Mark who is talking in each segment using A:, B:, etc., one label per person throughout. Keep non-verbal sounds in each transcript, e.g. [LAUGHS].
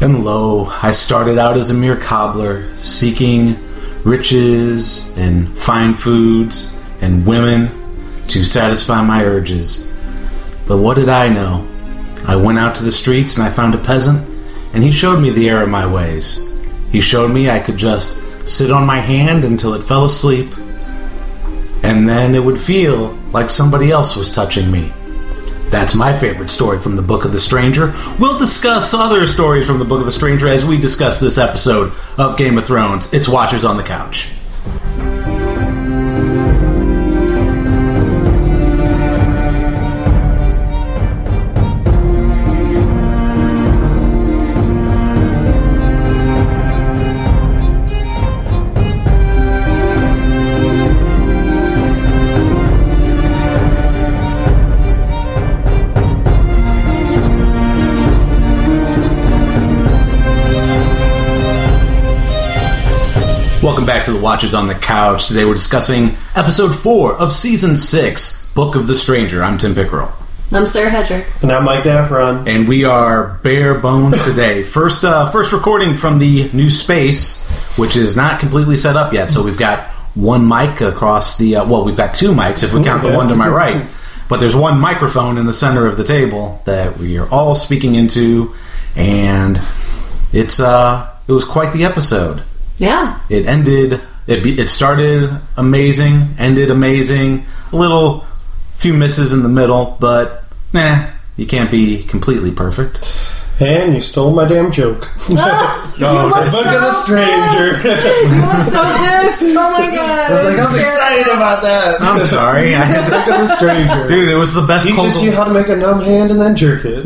A: And lo, I started out as a mere cobbler, seeking riches and fine foods and women to satisfy my urges. But what did I know? I went out to the streets and I found a peasant, and he showed me the error of my ways. He showed me I could just sit on my hand until it fell asleep, and then it would feel like somebody else was touching me. That's my favorite story from the Book of the Stranger. We'll discuss other stories from the Book of the Stranger as we discuss this episode of Game of Thrones. It's Watchers on the Couch. Welcome back to the Watchers on the Couch. Today we're discussing episode 4 of season 6, Book of the Stranger. I'm Tim Pickerel.
B: I'm Sarah Hedrick.
C: And I'm Mike Daffron.
A: and we are bare bones today. First, uh, first recording from the new space, which is not completely set up yet. So we've got one mic across the. Uh, well, we've got two mics if we count the
C: yeah.
A: one to my right, but there's one microphone in the center of the table that we are all speaking into, and it's uh, it was quite the episode.
B: Yeah.
A: It ended. It be, it started amazing, ended amazing. A little few misses in the middle, but nah, you can't be completely perfect.
C: And you stole my damn joke.
B: [LAUGHS] Ah, you
C: No,
B: look
C: the
B: so
C: Book of the Stranger.
B: pissed.
C: [LAUGHS]
B: you look so pissed. Oh my god.
C: I was like, I was
B: Sarah-
C: excited about that.
A: [LAUGHS] I'm sorry. I had
C: [LAUGHS] Look at the stranger.
A: Dude, it was the best cold.
C: Teaches you how to make a numb hand and then jerk
A: [LAUGHS]
C: it.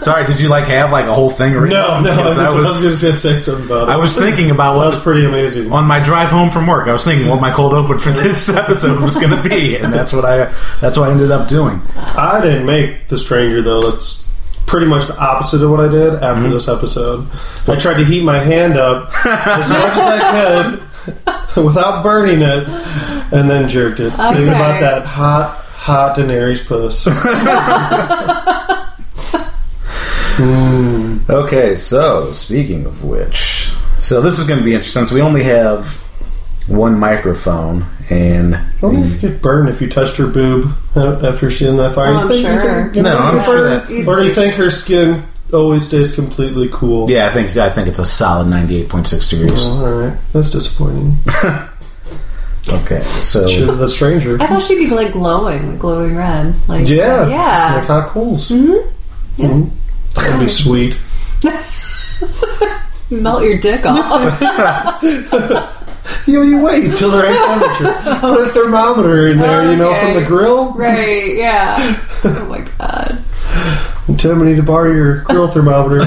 A: Sorry, did you like have like a whole thing? written
C: no,
A: up?
C: no, I
A: Because
C: was,
A: I was,
C: just gonna say something about it.
A: I was thinking about
C: that
A: what
C: was pretty amazing.
A: on my drive home from work. I was thinking what my cold open for this [LAUGHS] episode was going to be, and that's what I that's what I ended up doing.
C: I didn't make the stranger though. That's pretty much the opposite of what I did after
A: Mm-hmm.
C: this episode. I tried to heat my hand
A: [LAUGHS]
C: up as much as I could [LAUGHS] without burning it, and then jerked it.
B: Okay.
C: Thinking about that hot, hot Daenerys puss.
A: Okay, so speaking of which, so this is going to be interesting since we only have one microphone and.
C: I wonder if you could burn if you touched her boob a- after seeing that fire.
B: Oh,
C: You
B: I'm
C: think- you
B: sure.
C: think- you
A: No,
C: know,
A: I'm
C: you
A: sure
C: burn-
B: that-
C: Or do you think her skin always stays completely cool?
A: Yeah, I think I think it's a solid ninety-eight point six degrees.
C: Oh, all right, that's disappointing. Oh.
A: Okay, so
C: Should have the stranger.
B: I thought she'd be like glowing, like glowing red. Like
C: Yeah, like
B: yeah.
C: hot coals. Mm-hmm. That'd be sweet.
B: Melt your dick off.
C: You, you wait till the right [LAUGHS] temperature. Put a thermometer in there, you know, from
B: Oh. Okay.
C: the grill.
B: [LAUGHS] right? Yeah. Oh my god.
C: Tim, I need to borrow your grill [LAUGHS] thermometer.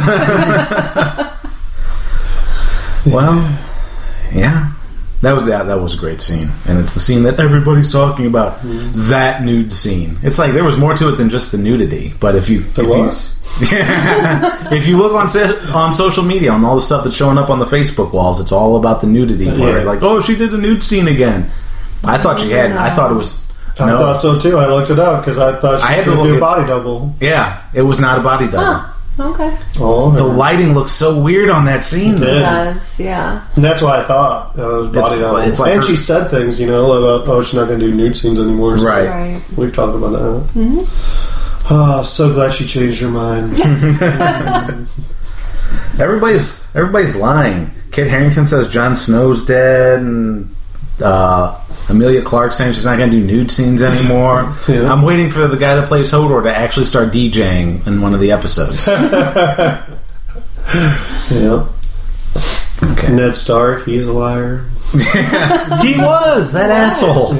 A: Well, yeah, that was that. That was a great scene, and it's the scene that everybody's talking about.
C: Mm-hmm.
A: That nude scene. It's like there was more to it than just the nudity. But if you
C: There
A: if you-
C: was?
A: if you look on se- on social media on all the stuff that's showing up on the Facebook walls, it's all about the nudity. Where
C: Yeah.
A: like, oh, she did the nude scene again. I thought she had. I thought it was.
C: I
A: no.
C: thought so too. I looked it up because I thought she
A: I had
C: was
A: to
C: going to
A: look
C: do a
A: it-
C: body double.
A: Yeah, it was not a body double.
B: [LAUGHS] Huh. Okay.
C: Oh,
A: The
C: her-
A: lighting looks so weird on that scene.
C: It
A: though.
C: did.
B: Does yeah.
C: And that's what I thought. Uh, it was body
A: It's-
C: double.
A: it's like
C: and
A: her-
C: she said things, you know, about oh, she's not going to do nude scenes anymore. So
A: Right.
B: Right.
C: We've talked about that. Mm-hmm. Oh, so glad she changed her mind.
A: Everybody's everybody's lying. Kit Harrington says Jon Snow's dead, and uh, Amelia Clark saying she's not going to do nude scenes anymore.
C: [LAUGHS] Yeah.
A: I'm waiting for the guy that plays Hodor to actually start DJing in one of the
C: [LAUGHS]
A: episodes.
C: yeah.
A: Okay.
C: Ned Stark, he's a liar. [LAUGHS]
A: he was that asshole.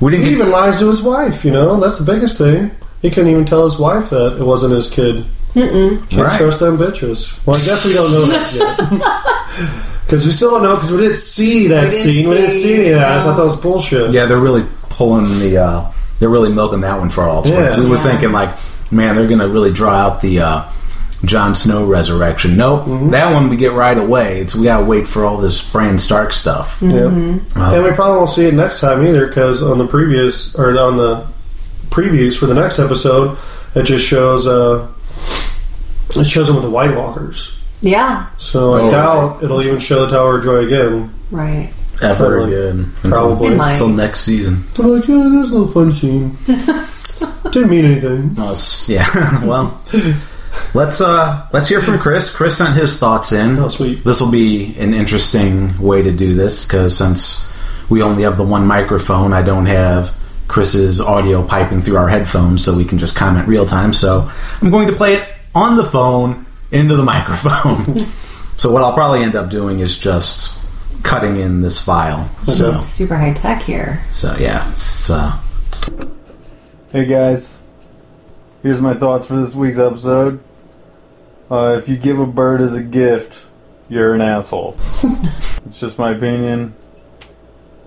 A: We didn't
C: He
A: get,
C: even lies to his wife, you know? That's the biggest thing. He couldn't even tell his wife that it wasn't his kid. Mm-mm. Can't
A: Right.
C: trust them bitches. Well, I guess we don't know
B: [LAUGHS]
C: that yet. Because we still don't know, because we didn't see that
B: We didn't
C: scene. we didn't
B: see,
C: see any of that. I
B: no.
C: thought that was bullshit.
A: yeah, they're really pulling the uh, they're really milking that one for all it's worth.
C: Yeah.
A: We were
B: Yeah.
A: thinking like, man, they're going to really draw out the. Uh, Jon Snow resurrection. Nope,
C: Mm-hmm.
A: that one we get right away. It's we gotta wait for all this Bran Stark stuff.
C: Yeah.
B: Mm-hmm.
A: Oh.
C: And we probably won't see it next time either, because on the previous, or on the previews for the next episode, it just shows uh, It shows them with the White Walkers.
B: Yeah.
C: So I
A: Oh,
C: doubt it'll even show the Tower of Joy again.
B: Right.
A: Ever
C: Probably.
A: again.
C: Probably.
B: It might.
A: Until next season.
C: They're like, yeah, there's a little fun scene. Didn't mean anything.
A: No, it's- Uh, yeah. [LAUGHS]
C: [LAUGHS]
A: well, let's uh let's hear from Chris. Chris sent his thoughts in.
C: Oh, sweet.
A: This will be an interesting way to do this because since we only have the one microphone, I don't have Chris's audio piping through our headphones, so we can just comment real time. So I'm going to play it on the phone into the [LAUGHS] microphone. so what I'll probably end up doing is just cutting in this file. So
B: Super high tech here. [LAUGHS]
A: so yeah. So
D: Hey guys, here's my thoughts for this week's episode. Uh, if you give a bird as a gift, you're an asshole. it's just my opinion.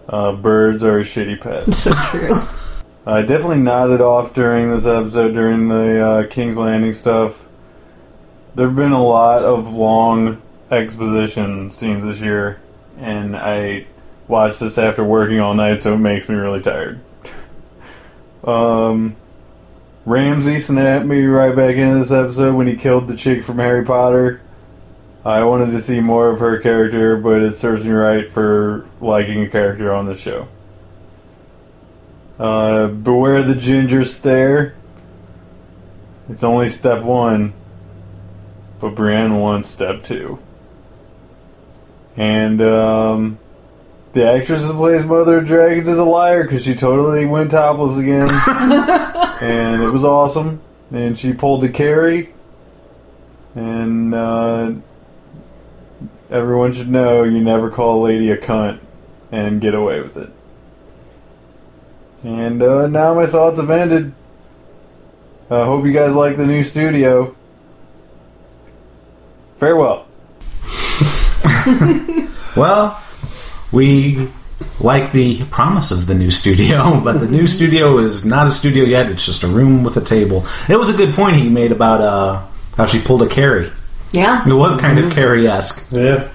D: Uh, birds are a shitty pet.
B: It's so true.
D: I Uh, definitely nodded off during this episode during the uh, King's Landing stuff. There have been a lot of long exposition scenes this year, and I watched this after working all night, so it makes me really tired. [LAUGHS] um, Ramsey snapped me right back into this episode when he killed the chick from Harry Potter. I wanted to see more of her character, but it serves me right for liking a character on this show. Uh, beware the ginger stare. It's only step one, but Brienne wants step two. And um, the actress who plays Mother of Dragons is a liar because she totally went topless again, and it was awesome. And she pulled the carry, and uh, everyone should know you never call a lady a cunt and get away with it. And uh, now my thoughts have ended. I hope you guys like the new studio. Farewell.
A: Well, we like the promise of the new studio, [LAUGHS] but the new studio is not a studio yet. It's just a room with a table. It was a good point he made about uh, how she pulled a carry.
B: Yeah.
A: It was kind of carry esque.
C: Yeah.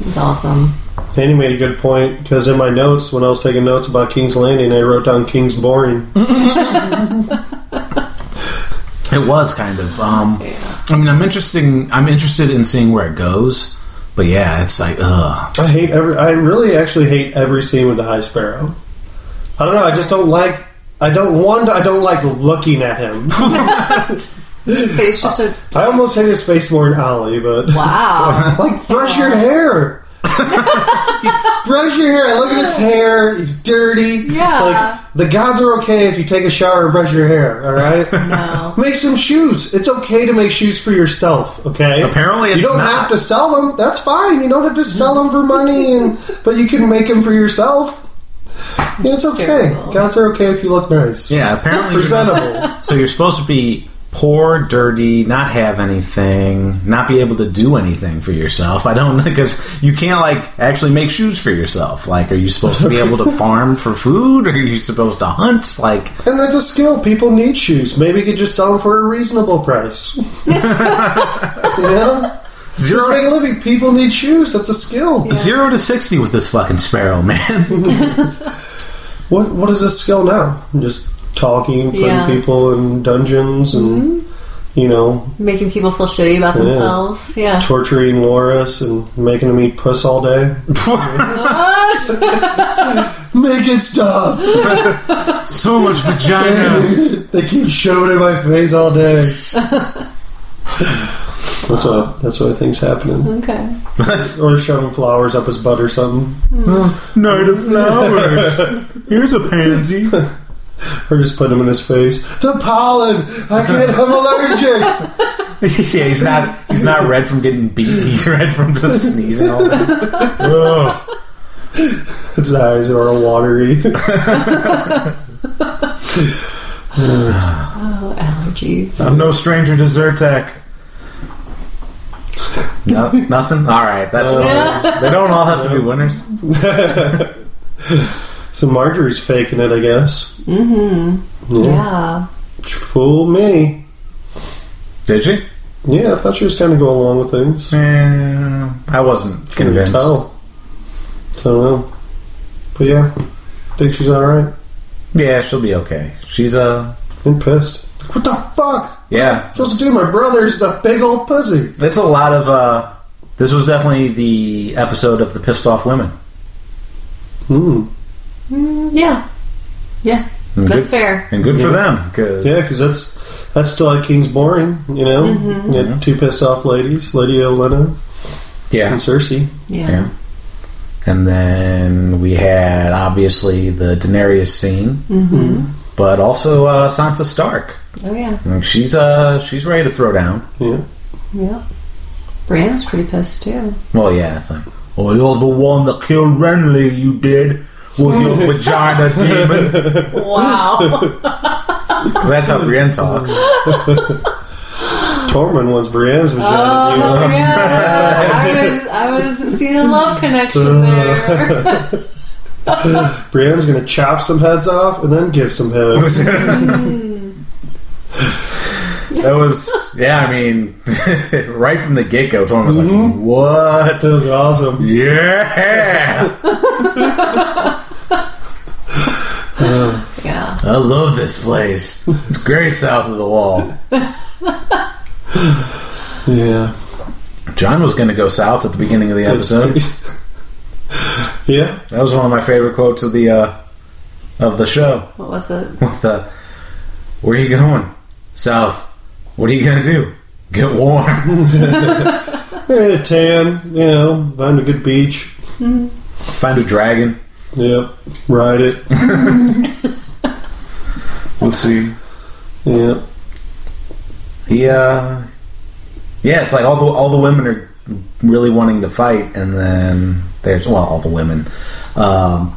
B: It's awesome.
C: Andy made a good point because in my notes, when I was taking notes about King's Landing, I wrote down King's Boring.
A: It was kind of. Um,
B: Yeah.
A: I mean, I'm interesting. I'm interested in seeing where it goes. But yeah, it's like, ugh.
C: I hate every. I really actually hate every scene with the High Sparrow. I don't know. I just don't like. I don't want. I don't like looking at him.
B: His face just
C: [LAUGHS]
B: a
C: I almost hate his face more than Ollie, but
B: wow.
C: [LAUGHS] like brush
B: [LAUGHS]
C: your hair. brush your hair. I look at his hair. He's dirty. It's
B: Yeah.
C: like the gods are okay if you take a shower and brush your hair. All right.
B: [LAUGHS] No.
C: Make some shoes. It's okay to make shoes for yourself. Okay.
A: Apparently, it's
C: you don't
A: not.
C: have to sell them. That's fine. You don't have to sell them for money, and but you can make them for yourself. It's okay.
B: terrible.
C: Cats are okay if you look nice,
A: Yeah, apparently. you're not- [LAUGHS]
C: presentable.
A: So you're supposed to be poor, dirty, not have anything, not be able to do anything for yourself. I don't because you can't like actually make shoes for yourself. Like, are you supposed to be able [LAUGHS] to farm for food? Or are you supposed to hunt? Like,
C: and that's a skill. People need shoes. Maybe you could just sell them for a reasonable price.
B: [LAUGHS]
C: you know, just make
A: zero
C: a living. People need shoes. That's a skill.
A: zero to sixty with this fucking sparrow, [LAUGHS] man.
C: What What is this skill now? Just talking, putting
B: Yeah. Mm-hmm.
C: people in dungeons, and you know,
B: Making people feel shitty about
C: Yeah.
B: themselves. Yeah.
C: torturing Loris and making them eat puss all day.
B: What?
C: Make it stop.
A: so much vagina.
C: they keep shoving it in my face all day. that's what that's what I think's happening.
B: okay.
C: Or shoving flowers up his butt or something.
A: [LAUGHS] Night of flowers. Here's a pansy.
C: Or just putting them in his face. The pollen! I can't I'm
A: [LAUGHS]
C: allergic.
A: yeah, he's not he's not red from getting beat. He's red from just sneezing all day. Ugh.
C: His eyes are all watery.
B: Oh, allergies.
A: I'm no stranger to Zyrtec. No, nothing. All right, that's fine. they don't all have to be winners.
C: [LAUGHS] so Marjorie's faking it, I guess. Mm-hmm. Yeah.
B: Yeah.
C: Fool me.
A: Did you?
C: Yeah, I thought she was kind of going along with things.
A: Eh, I wasn't convinced.
C: Oh. So, well. But yeah, think she's alright.
A: Yeah, she'll be okay. She's uh,
C: I'm pissed. What the fuck?
A: Yeah.
C: I'm supposed to do my brother's a big old pussy.
A: That's a lot of. uh This was definitely the episode of the pissed off women.
C: Hmm.
B: Mm, yeah. Yeah.
A: And
B: That's
A: good,
B: fair.
A: and good for them because
C: Yeah, because that's that's still like King's Boring, you know. You had two pissed off ladies, Lady Olenna
A: yeah.
C: and Cersei.
B: Yeah.
A: Yeah. And then we had obviously the Daenerys scene, Mm-hmm. but also uh, Sansa Stark.
B: Oh yeah.
A: I mean, she's uh she's ready to throw down.
C: Yeah.
B: Yeah. Brienne's pretty pissed too.
A: Well, yeah, it's like, oh, you're the one that killed Renly. You did with your vagina demon.
B: [LAUGHS] Wow.
A: 'Cause that's how Brienne talks.
C: Tormund wants Brienne's vagina. you know?
B: oh [LAUGHS] yeah. I was I was seeing a love connection
A: Uh-huh. [LAUGHS]
B: there.
C: Brienne's gonna chop some heads off and then give
A: [LAUGHS]
C: some heads.
A: that was yeah. I mean, [LAUGHS] right from the get go, Tormund was like, "What?
C: That was awesome.
A: Yeah,
B: Yeah.
A: I love this place. It's great south of the wall."
C: Yeah.
A: John was going to go south at the beginning of the episode.
C: [LAUGHS] yeah.
A: That was one of my favorite quotes of the uh, of the show. [LAUGHS]
B: What was it?
A: What the? Where are you going? South. What are you gonna do? Get warm. [LAUGHS]
C: Eh, tan, you know, find a good beach.
A: Find a dragon.
C: Yep. Ride it.
D: Let's see.
C: Yeah.
A: He uh, yeah. It's like all the all the women are really wanting to fight, and then there's well, all the women. Um,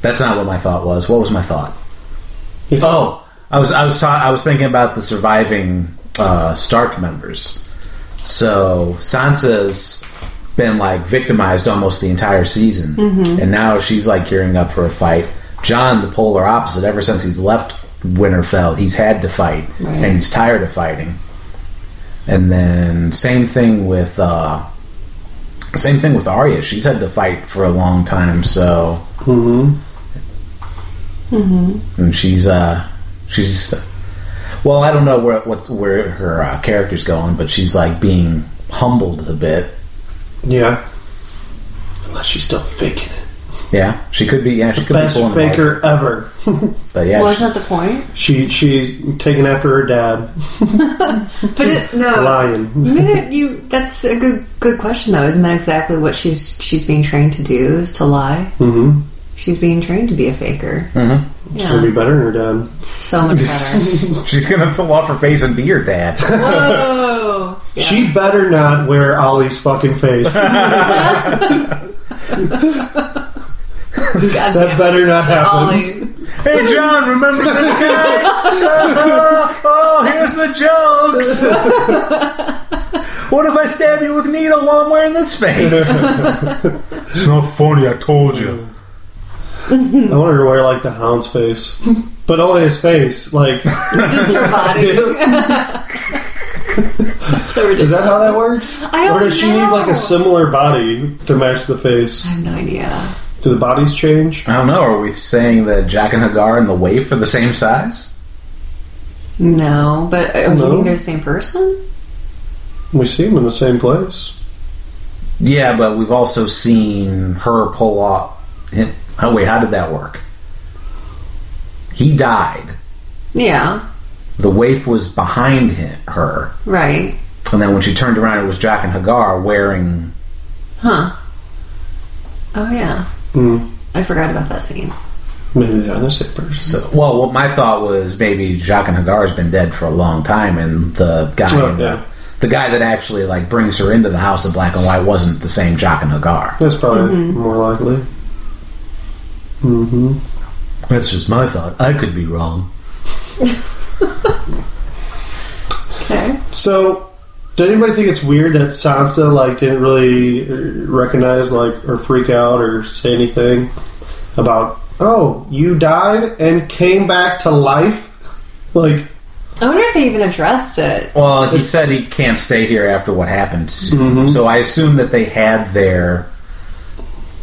A: that's not what my thought was. What was my thought? Oh, I was I was ta- I was thinking about the surviving uh, Stark members. So Sansa's been like victimized almost the entire season, and now she's like gearing up for a fight. John, the polar opposite, ever since he's left Winterfell, he's had to fight,
B: Right.
A: and he's tired of fighting. And then same thing with uh, same thing with Arya. She's had to fight for a long time, so
C: hmm
A: and she's uh she's well i don't know where what where her uh, character's going but she's like being humbled a bit
C: Yeah. Unless she's still faking it.
A: yeah she could be yeah she could
C: Best
A: be pulling a leg.
C: faker ever.
A: but yeah she,
B: Wasn't that the point?
C: She she's taking after her dad.
B: But it,
A: [LAUGHS]
B: no.
C: Lion.
B: You made it, you. That's a good good question though. Isn't that exactly what she's she's being trained to do? Is to lie.
A: Hmm.
C: Mm-hmm.
B: She's being trained to be a faker.
A: Mhm.
C: She's gonna
B: Yeah.
C: be better than her dad.
B: So much [LAUGHS] better.
A: [LAUGHS] she's gonna pull off her face and be your dad
B: Whoa. Yeah.
C: She better not wear Ollie's fucking
B: [LAUGHS]
C: face. that
B: God damn [LAUGHS] it.
C: better not happen.
B: Ollie.
A: [LAUGHS] hey john remember this guy [LAUGHS] oh, oh, here's the jokes what if i stab you with needle while i'm wearing this [LAUGHS] face it's not funny i told you
C: I want her to wear like the hound's face. [LAUGHS] But only his
B: [LAUGHS]
C: face. Like
B: Just her [LAUGHS] body. so ridiculous.
C: is that how that works?
B: I don't
C: or does she
B: know.
C: need like a similar body to match the face?
B: I have no idea.
C: Do the bodies change?
A: I don't know. Are we saying that Jack and Hagar and the waif are the same size?
B: No, but uh,
C: No.
B: you think they're the same person?
C: We see them in the same place.
A: Yeah, but we've also seen her pull off. him- Oh wait, how did that work? He died.
B: Yeah.
A: The waif was behind him, her,
B: Right.
A: and then when she turned around, it was Jack and Hagar wearing.
B: Huh. Oh yeah.
C: Hmm.
B: I forgot about that scene.
C: Maybe they are the same person.
A: So, well, what my thought was maybe Jack and Hagar's been dead for a long time, and the guy,
C: Oh, yeah.
A: the guy that actually like brings her into the House of Black and White wasn't the same Jack and Hagar.
C: That's probably more likely. Mm-hmm.
A: That's just my thought. I could be wrong.
B: Okay.
C: So, did anybody think it's weird that Sansa like didn't really uh, recognize like or freak out or say anything about? Oh, you died and came back to life. Like,
B: I wonder if they even addressed it.
A: Well, he said he can't stay here after what happened. to him.
C: Mm-hmm.
A: So I assume that they had their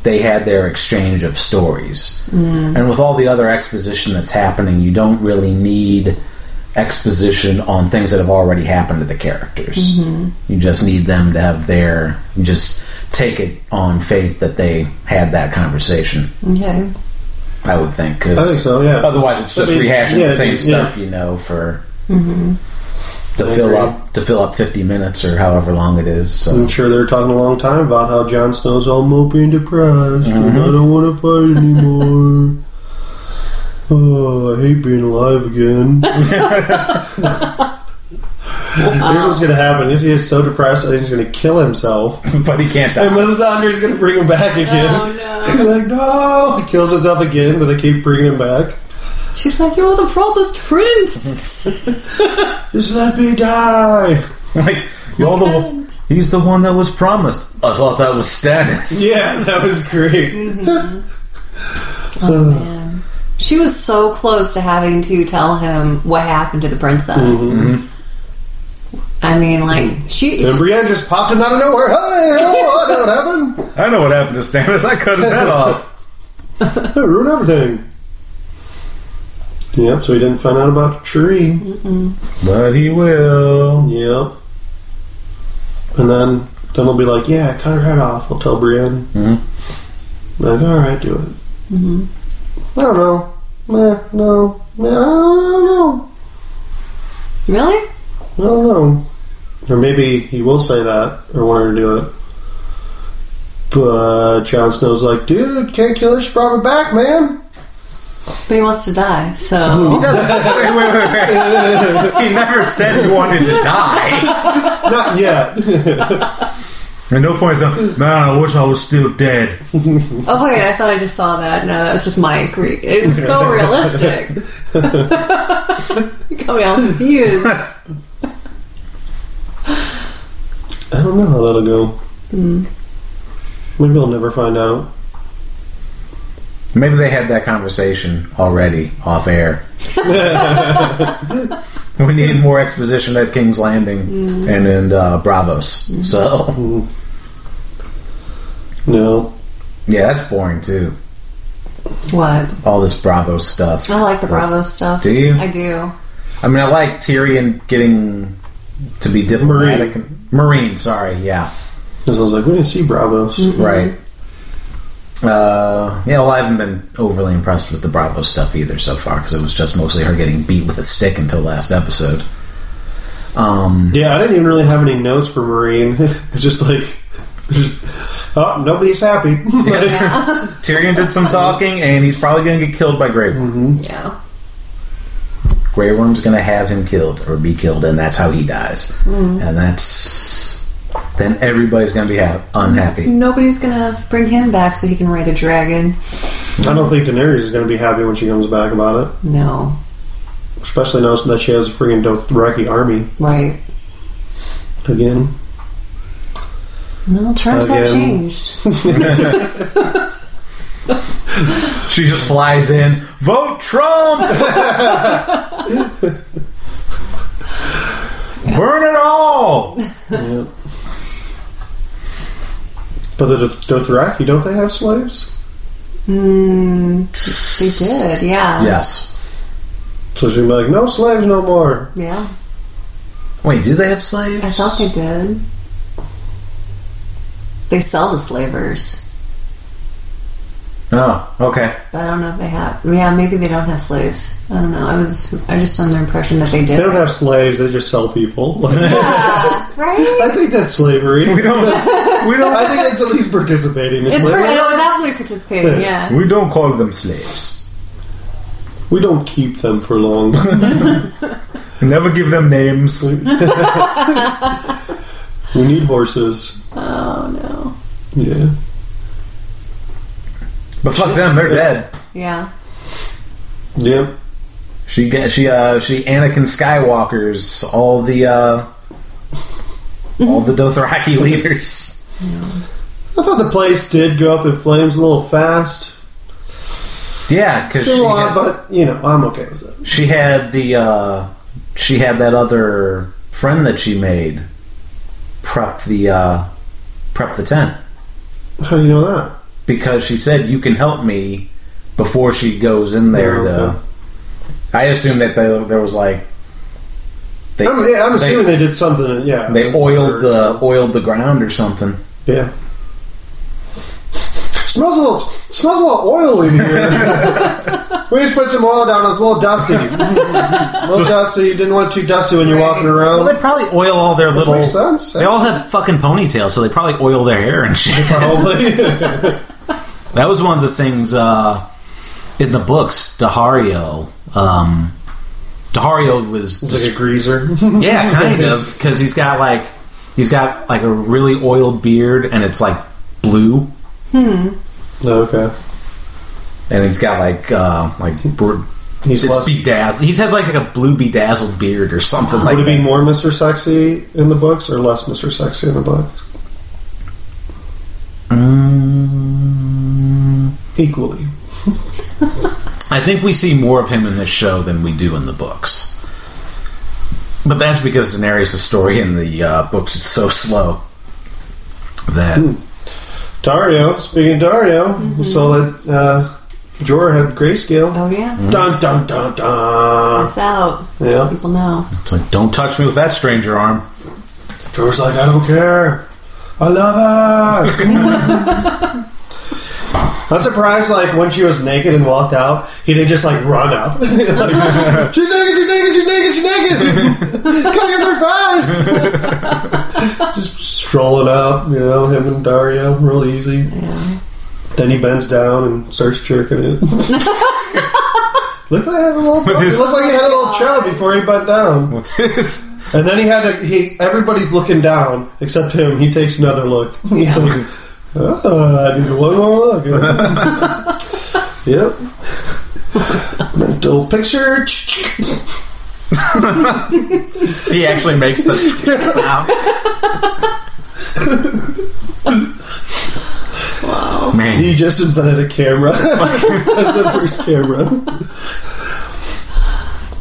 A: they had their exchange of
C: Mm.
A: stories. And with all the other exposition that's happening, you don't really need exposition on things that have already happened to the characters.
C: Mm-hmm.
A: You just need them to have their you just take it on faith that they had that conversation.
B: Okay.
A: I would think.
C: I
A: 'cause
C: think so. Yeah.
A: Otherwise, it's
C: I
A: just
C: mean,
A: rehashing
C: yeah,
A: the same
C: yeah.
A: stuff, you know, for to
C: I
A: fill
C: agree.
A: up to fill up fifty minutes or however long it is. So
C: I'm sure they were talking a long time about how Jon Snow's all mopey and depressed, and I don't want to fight anymore. oh, I hate being alive again. Here's what's gonna happen: is he is so depressed that he's gonna kill himself,
A: [LAUGHS] but he can't
C: and
A: die.
C: Melisandre's gonna bring him back again. [LAUGHS]
B: Oh
C: like no, he kills himself again, but they keep bringing him back.
B: no. She's like, you're the promised [LAUGHS] prince.
C: Just let me die.
A: Like you're the one- he's the one that was promised. I thought that was Stannis.
C: Yeah, that was great.
B: oh man. She was so close to having to tell him what happened to the princess. Mm-hmm. I mean, like she.
C: And Brienne just popped him out of nowhere. Hey, oh, I know what happened.
A: I know what happened to Stannis. I cut his [LAUGHS] head off.
C: That ruined everything. Yep, so he didn't find out about the tree.
A: But he [LAUGHS] will.
C: Yep. And then then we'll be like, yeah, cut her head off. We'll tell Brienne.
A: Mhm.
C: Like, all right, do it. I don't know. Meh, no. Meh, I don't know.
B: really?
C: I don't know. Or maybe he will say that or want her to do it. But Jon Snow's like, dude, can't kill her. She brought me back, man.
B: But he wants to die, so.
A: wait, wait, wait, wait. he never said he wanted to [LAUGHS] die.
C: Not yet. [LAUGHS]
A: At no point, is, man, I wish I was still dead.
B: oh, wait, I thought I just saw that. No, that was just my Greek. It was so realistic. you got me all confused.
C: I don't know how that'll go. Maybe we'll never find out.
A: Maybe they had that conversation already off air. we need more exposition at King's Landing and in uh, Bravos. So,
C: No.
A: yeah, that's boring too.
B: What?
A: All this Bravo stuff.
B: I like the Bravo stuff.
A: Do you?
B: I do.
A: I mean, I like Tyrion getting to be diplomatic. Marine, sorry, yeah,
C: Because I was like, we didn't see Bravos.
A: right. Uh, yeah, well, I haven't been overly impressed with the Bravo stuff either so far because it was just mostly her getting beat with a stick until last episode. Um,
C: Yeah, I didn't even really have any notes for Marine. [LAUGHS] it's just like, there's, oh, nobody's happy. [LAUGHS] Like,
A: Tyrion did some talking, and he's probably going to get killed by Grey Worm.
B: Yeah.
A: Grey Worm's going to have him killed or be killed, and that's how he dies.
B: Mm-hmm.
A: And that's then everybody's going to be ha-
B: [LAUGHS]
A: unhappy.
B: Nobody's gonna bring him back so he can ride a dragon.
C: I don't think Daenerys is going to be happy when she comes back about it.
B: No.
C: Especially now that she has a freaking Dothraki army
B: Right.
C: again.
B: No, terms have
C: Again.
B: changed.
A: She just flies in, vote
B: [LAUGHS]
A: Trump, burn it all.
B: Uh-huh.
C: Yeah. But the Doth- Dothraki, don't they have slaves?
B: Mm, they did, yeah.
A: Yes.
C: So she'll be like, no slaves no more.
B: Yeah.
A: Wait, do they have slaves?
B: I thought they did. They sell to slavers.
A: Oh, okay.
B: But I don't know if they have. Yeah, maybe they don't have slaves. I don't know. I was. I just under the impression that they did.
C: They
B: [LAUGHS]
C: don't have slaves, they just sell people. [LAUGHS] Like,
B: Yeah, right?
C: I think that's slavery.
A: We don't. We
C: I
A: don't.
C: think that's at least participating in
B: It's per-
C: slavery.
B: it was absolutely participating, yeah.
A: We don't call them slaves.
C: We don't keep them for
A: [LAUGHS]
C: long.
A: We never give them names.
C: we need horses.
B: Oh,
C: Yeah.
A: But fuck them. They're dead.
B: no. Yeah.
C: Yeah.
A: She get she uh she Anakin Skywalker's all the uh all the Dothraki [LAUGHS] leaders.
C: I thought the place did go up in flames a little fast.
A: Yeah, because
C: It's a
A: she,
C: lot,
A: had-
C: but, you know, I'm okay with it.
A: she had the uh she had that other friend that she made prep the uh prep the tent
C: How do you know that?
A: because she said you can help me before she goes in there
C: Yeah,
A: to.
C: okay.
A: I assume that they, there was like They,
C: I'm, yeah, I'm assuming they, did something. Yeah,
A: they,
C: that's
A: oiled
C: weird.
A: the oiled the ground or something.
C: Yeah. Smells a little smells a little oily in [LAUGHS] here. we just put some oil down. It's a little [LAUGHS] dusty. a little dusty. You didn't want it too dusty when you're walking around.
A: Well, they probably oil all their
C: Which
A: little.
C: makes sense. [LAUGHS]
A: They all have fucking ponytails, so they probably oil their hair and shit.
C: Probably.
A: That was one of the things uh, in the books. Dahario, um, Dahario was
C: [LAUGHS] it's like a [LAUGHS] greaser.
A: Yeah, kind of, because he's got like he's got like a really oiled beard, and it's like blue,
C: okay.
A: and he's got like uh like br-
C: He's
A: it's
C: less.
A: bedazzled. He has like, a blue bedazzled beard or something like
C: would it be
A: that.
C: more Mr. Sexy in the books or less Mr. Sexy in the books?
A: Mm,
C: Equally.
A: I think we see more of him in this show than we do in the books, but that's because Daenerys' story in the uh, books is so slow that.
C: Dario. Speaking of Dario, we saw that uh, Jorah had grayscale.
B: Oh yeah,
C: Dun dun dun dun.
B: it's out.
C: Yeah.
B: People know.
A: It's like, don't touch me with that stranger arm. [LAUGHS]
C: Jorah's like, I don't care. I love her. I'm surprised, like, when she was naked and walked out, he didn't just, like, run up. [LAUGHS] Like, she's naked, she's naked, she's naked, she's naked! Gotta get there fast! just strolling up, you know, him and Dario, real easy.
B: Yeah.
C: Then he bends down and starts jerking it. Look like he had a little.
A: his-
C: Looked like he had a little chub before he bent down.
A: With his
C: And then he had to. He everybody's looking down except him. He takes another look. He's like, "Ah, I need one more look. yep. Mental picture.
A: He actually makes the sound. Wow. Man.
C: He just invented a camera. [LAUGHS] That's the first camera.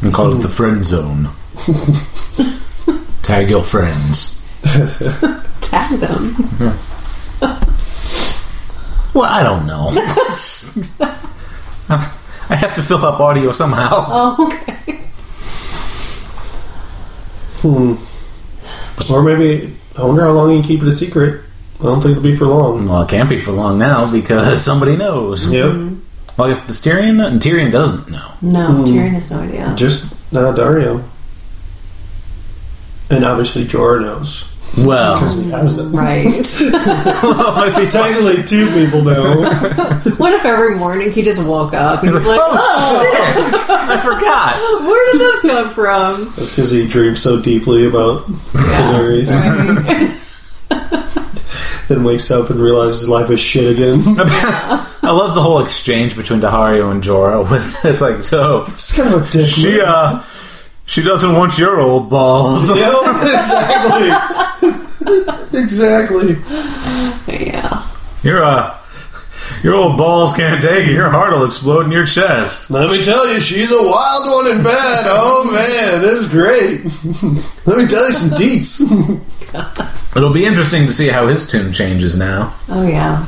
A: And call it the friend zone. Tag your friends.
B: Tag them. [LAUGHS]
A: Well, I don't know. [LAUGHS] I have to fill up audio somehow.
B: Oh, okay.
C: Hmm. Or maybe I wonder how long you keep it a secret. I don't think it'll be for long.
A: Well, it can't be for long now because somebody knows.
C: Yep.
A: Well, I guess does Tyrion know? And Tyrion doesn't know.
B: No,
C: Mm.
B: Tyrion has no idea.
C: Just uh, Dario. And obviously Jorah knows
A: Well,
C: because he has it.
B: Right. [LAUGHS]
A: [LAUGHS]
C: Technically, two people know.
B: what if every morning he just woke up and
A: he's
B: he's
A: like,
B: like,
A: [LAUGHS]
B: [LAUGHS]
A: oh shit! I forgot.
B: "Oh, where did this come from?
C: That's because he dreams so deeply about Daenerys, then wakes up and realizes his life is shit again.
A: I love the whole exchange between Dahario and Jorah. With [LAUGHS] it's like, so
C: It's kind of a dick.
A: She
C: [LAUGHS] move.
A: uh she doesn't want your old balls.
C: Yep, exactly. exactly.
B: yeah.
A: Your uh your old balls can't take it. Your heart will explode in your chest.
C: Let me tell you, she's a wild one in bed. Oh man, this is great. [LAUGHS] Let me tell you some deets.
A: It'll be interesting to see how his tune changes now
B: Oh yeah.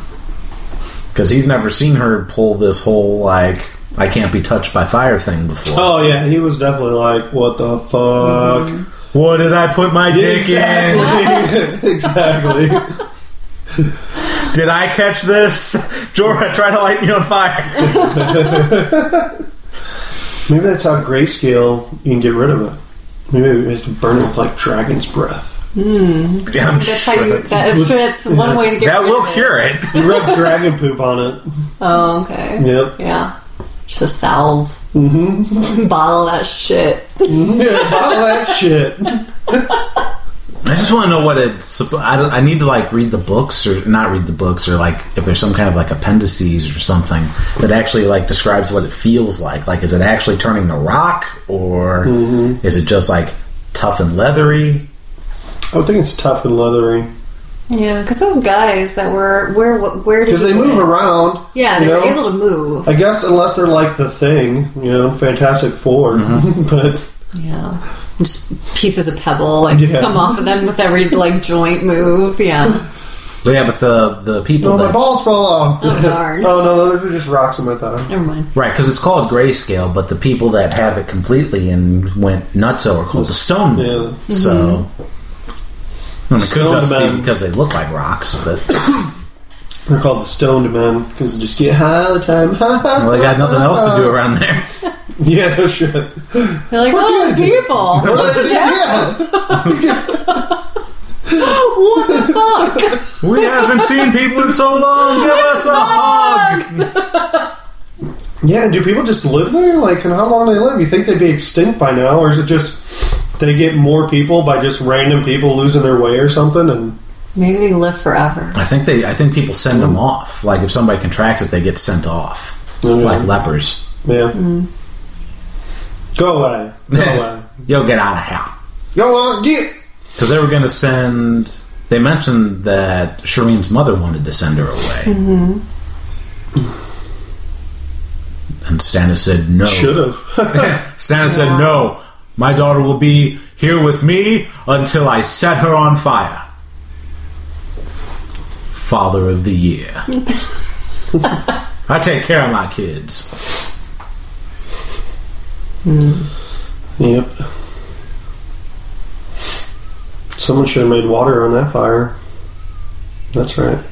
A: because he's never seen her pull this whole like I can't be touched by fire thing before.
C: Oh yeah, he was definitely like, "What the fuck."
A: What did I put my dick in?
C: Exactly. [LAUGHS] exactly.
A: Did I catch this? [LAUGHS] Jorah, try to light me on fire.
C: Maybe that's how grayscale you can get rid of it. Maybe we have to burn it with like dragon's breath.
A: Yeah, I'm
B: That's how you.
A: sure.
B: That, that's one way to get.
A: that
B: rid
A: will
B: of it.
A: cure it.
C: You [LAUGHS] rub dragon poop on it.
B: Oh okay.
C: Yep.
B: Yeah. Just a salve. Mm-hmm. Bottle that shit.
C: [LAUGHS] Yeah, bottle that shit.
A: I just want to know what it's. I, don't- I need to like read the books or not read the books or like if there's some kind of like appendices or something that actually like describes what it feels like. Like, is it actually turning to rock or is it just like tough and leathery?
C: I would think it's tough and leathery
B: Yeah, because those guys that were where where did
C: because they
B: you-
C: move around.
B: Yeah,
C: you
B: they
C: know?
B: were able to move.
C: I guess unless they're like the thing, you know, Fantastic 4 [LAUGHS] but
B: Yeah. Just pieces of pebble like
C: Yeah.
B: come off of them with every like joint move. Yeah.
A: But yeah, but the the people
C: No, Oh, my
A: that
C: balls fall off.
B: Oh, darn.
C: [LAUGHS] oh no, those are just rocks in my thigh.
B: Never mind.
A: right because it's called grayscale, but the people that have it completely and went nutso are called the stone. men.
C: Yeah.
A: So and it could
C: Stone
A: just
C: men.
A: be because they look like rocks, but [LAUGHS]
C: They're called the stoned men because they just get high all the time. [LAUGHS]
A: well, they got nothing else to do around there.
C: yeah, no shit.
B: [LAUGHS] They're like, oh,
C: [LAUGHS]
B: people. What's the death?
C: yeah.
B: What the fuck?
A: We haven't seen people in so long. Give us a hug.
C: yeah, do people just live there? Like, and how long do they live? You think they'd be extinct by now, or is it just they get more people by just random people losing their way or something? And
B: Maybe they live forever.
A: I think they. I think people send them off. Like if somebody contracts it, they get sent off,
C: Mm.
A: like lepers.
C: yeah,
A: Mm.
C: go away,
A: [LAUGHS]
C: go away,
A: Yo, get out of here.
C: go on, get.
A: Because they were going to send. They mentioned that Shireen's mother wanted to send her away. Mm-hmm. And Stannis said no.
C: Should have.
A: [LAUGHS] Stannis said no. My daughter will be here with me until I set her on fire. Father of the [LAUGHS] year. I take care of my kids.
C: [LAUGHS] yep. Someone should have made water on that fire. That's right. [LAUGHS]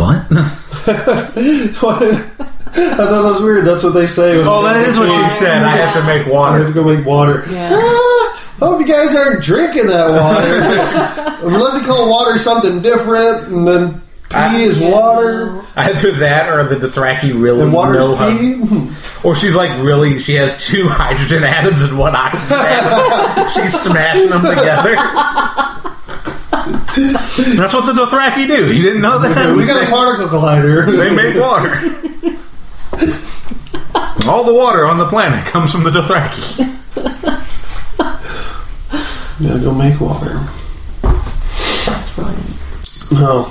A: What?
C: What? I thought that was weird. That's what they say. when-
A: oh, that is what you said. I have to make
C: I have
A: water.
C: to go make water.
B: Yeah.
C: Ah, I hope you guys aren't drinking that water.
B: [LAUGHS]
C: Unless you call water something different, and then pee
A: I-
C: is water,
A: Either that or the Dothraki really
C: and water
A: know
C: is
A: how.
C: pee. [LAUGHS]
A: Or she's like really, she has two [LAUGHS] hydrogen atoms and one oxygen
C: [LAUGHS]
A: atom. she's smashing them together. That's what the Dothraki do. You didn't know that?
C: we [LAUGHS] got a particle collider.
A: they make water. All the water on the planet comes from the Dothraki.
C: yeah, go make water.
B: That's brilliant.
C: Oh,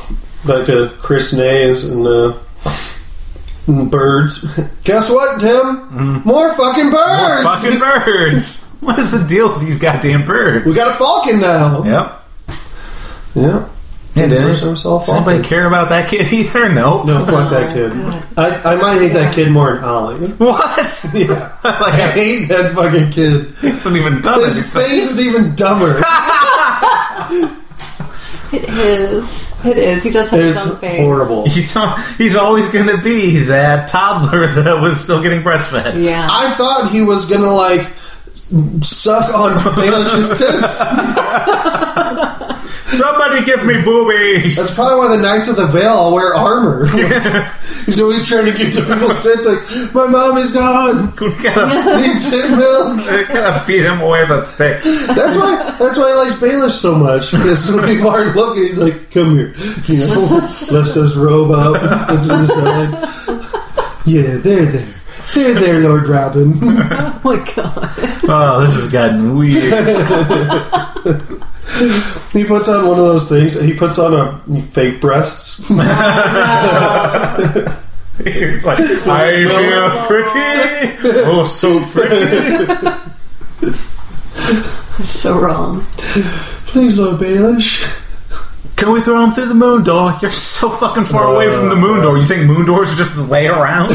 C: back to Chris Nays and uh, and birds. [LAUGHS] Guess what, Tim? More fucking birds.
A: Fucking birds. What is the deal with these goddamn
C: [LAUGHS] we
A: birds?
C: got a falcon now.
A: Yep.
C: Yeah.
A: Yeah, did
C: First time I saw a
A: Does anybody
C: falcon.
A: care about that kid either? No.
C: No, fuck that kid.
B: Oh, God.
C: I, I might hate that kid more than Ollie.
A: [LAUGHS] What?
C: [LAUGHS] Yeah.
A: like
C: I
A: I
C: hate that fucking kid.
A: hasn't even done
C: His
A: anything.
C: face is even dumber.
B: It is. It is. He does have his own
C: It's
B: face.
C: horrible.
A: [LAUGHS] He's al- he's always going to be that toddler [LAUGHS] that was still getting breastfed.
B: Yeah.
C: I thought he was gonna like suck on Baelish's tits.
A: Somebody give me
C: That's [LAUGHS]
A: boobies.
C: probably why the Knights of the Vale all wear armor. He's always trying to get to people's tits. Like my mom is gone.
A: We gotta,
C: Need tit milk.
A: we gotta beat him away with a stick.
C: That's why. That's why he likes Baelish so much. Because so many people aren't looking. He's like, "Come here," you know. Lifts his robe up, puts it aside. Yeah, there, there, there, there, Lord Robin.
B: oh my god.
A: Oh, this has gotten weird.
C: He puts on one of those things. He puts on a fake breasts.
A: It's like I feel pretty. Oh, so pretty.
B: That's so wrong.
C: Please, Lord Baelish.
A: Can we throw him through the moon door? You're so fucking far away from the moon door. You think moon doors are just lay around?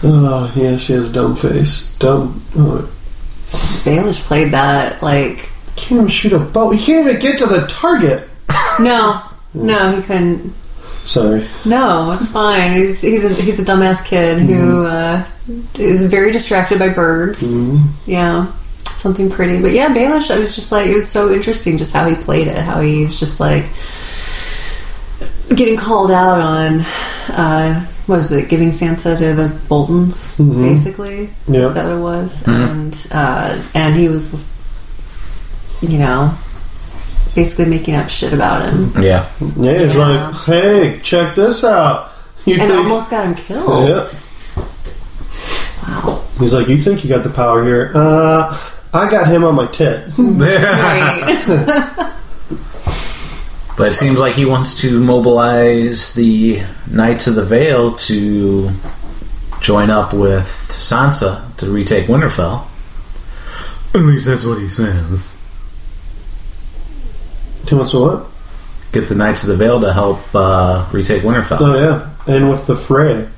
C: Oh yeah, she has dumb face. Dumb. Oh,
B: Baelish played that like
C: can't even shoot a bow. He can't even get to the target.
B: no, no, he couldn't.
C: Sorry.
B: No, it's fine. He's he's a, he's a dumbass kid who uh, is very distracted by birds. Yeah, something pretty. But yeah, Baelish, I was just like, it was so interesting just how he played it. How he was just like getting called out on uh, what was it? Giving Sansa to the Boltons, basically.
C: Yeah.
B: Is that what it was? And uh, and he was, you know, basically making up shit about him,
A: [LAUGHS] Yeah.
C: Yeah, he's
B: Yeah.
C: like, hey, check this out. You
B: and
C: think?
B: almost got him killed.
C: yeah.
B: Wow.
C: He's like, you think you got the power here? Uh, I got him on my tit.
B: [LAUGHS] Right.
A: But it seems like he wants to mobilize the Knights of the Vale to join up with Sansa to retake Winterfell. At least that's what he says.
C: Too much of what?
A: get the Knights of the Vale to help uh, retake Winterfell.
C: Oh yeah, and with the fray.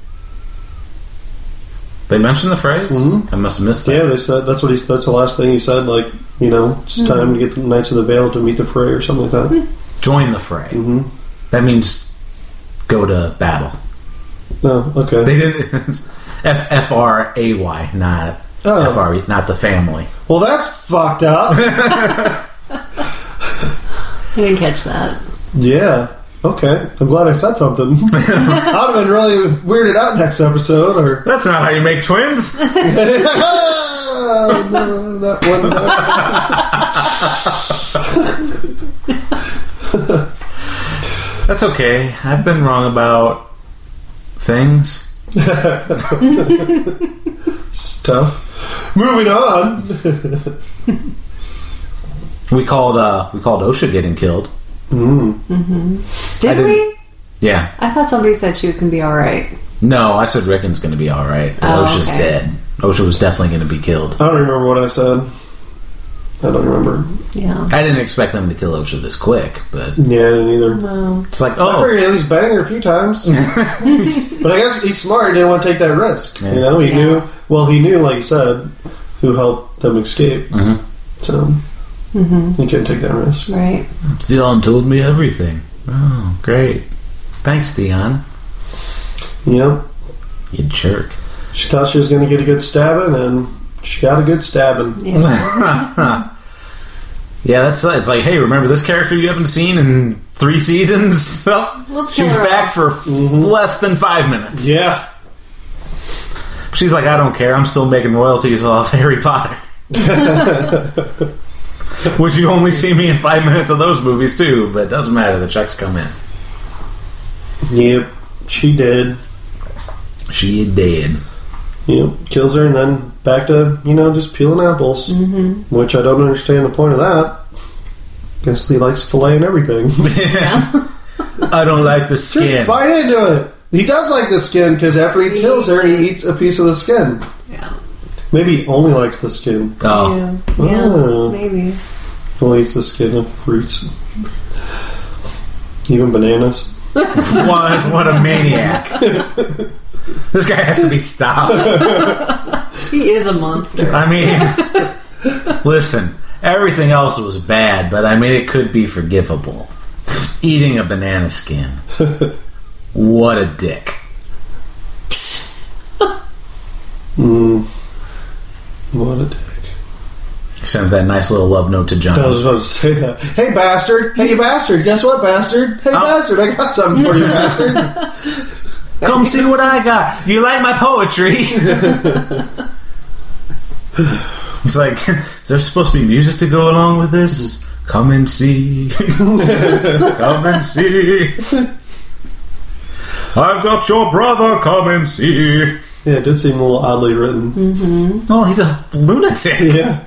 A: They mentioned the phrase.
C: Mhm.
A: I must have missed that.
C: Yeah, they said that's what he. That's the last thing he said. Like you know, it's time to get the Knights of the Vale to meet the fray or something like that.
A: Join the fray.
C: Mm-hmm.
A: That means go to battle.
C: Oh,
A: [LAUGHS]
C: okay.
A: They did F F R A Y, not
C: Oh.
A: F R E, not the family.
C: well, that's fucked up.
B: I didn't catch that.
C: Yeah. Okay. I'm glad I said something. I'd have been really weirded out next episode, or [LAUGHS]
A: That's not how you make twins.
C: Never- that one.
A: That's okay. I've been wrong about things.
C: Stuff. Moving on.
A: We called uh we called OSHA getting killed.
C: Hmm.
B: Did
A: didn't-
B: we?
A: Yeah.
B: I thought somebody said she was going to be all right.
A: No, I said Rickon's gonna be alright.
B: Oh,
A: OSHA's
B: okay.
A: dead. OSHA was definitely gonna be killed.
C: I don't remember what I said. I don't remember.
B: Yeah.
A: I didn't expect them to kill OSHA this quick, but
C: Yeah, I didn't either.
B: No.
A: it's like
C: I
A: oh
C: figured at least bang her a few times. but I guess he's smart. He didn't want to take that risk.
A: Yeah.
C: You know, he
B: Yeah.
C: knew. Well, he knew, like you said, who helped them escape.
A: Mhm.
C: So he couldn't take that risk.
B: Right.
A: Dion told me everything. Oh, great. Thanks, Dion.
C: You know,
A: You jerk.
C: she thought she was going to get a good stabbing, and she got a good stabbing.
B: Yeah.
C: [LAUGHS]
A: Yeah, that's it's like, hey, remember this character you haven't seen in three seasons? [LAUGHS] Well,
B: Let's
A: she's
B: kill her
A: back
B: off.
A: for f less than five minutes.
C: Yeah.
A: She's like, I don't care. I'm still making royalties off [LAUGHS] Harry Potter. Which you only see me in five minutes of those movies too, but it doesn't matter. The checks come in.
C: Yep. She did.
A: She did.
C: Yep. Kills her, and then back to, you know, just peeling apples. Mm-hmm. Which I don't understand the point of that. Guess he likes filet and everything.
A: [LAUGHS] I don't like the skin.
C: Just bite into it. He does like the skin because after he
B: He
C: kills her,
B: eats
C: he eats a piece of the skin.
B: Yeah.
C: Maybe he only likes the skin.
A: Oh,
B: Yeah. Yeah.
C: Oh.
B: Maybe.
C: He only eats the skin of fruits, even bananas.
A: what, what a maniac! this guy has to be stopped.
B: He is a monster.
A: I mean, listen, everything else was bad, but I mean, it could be forgivable. Eating a banana skin. What a dick.
C: Mm. What a dick!
A: Sends that nice little love note to
C: I
A: John.
C: was just about to say that. Hey, bastard! Hey, you bastard! Guess what, bastard? Hey, bastard! I got something for you, bastard!
A: Come see what I got. You like my poetry? It's like, is there supposed to be music to go along with this? Come and see. Come and see. I've got your brother. Come and see.
C: Yeah, it did seem a little oddly written.
A: Well, he's a lunatic.
C: Yeah.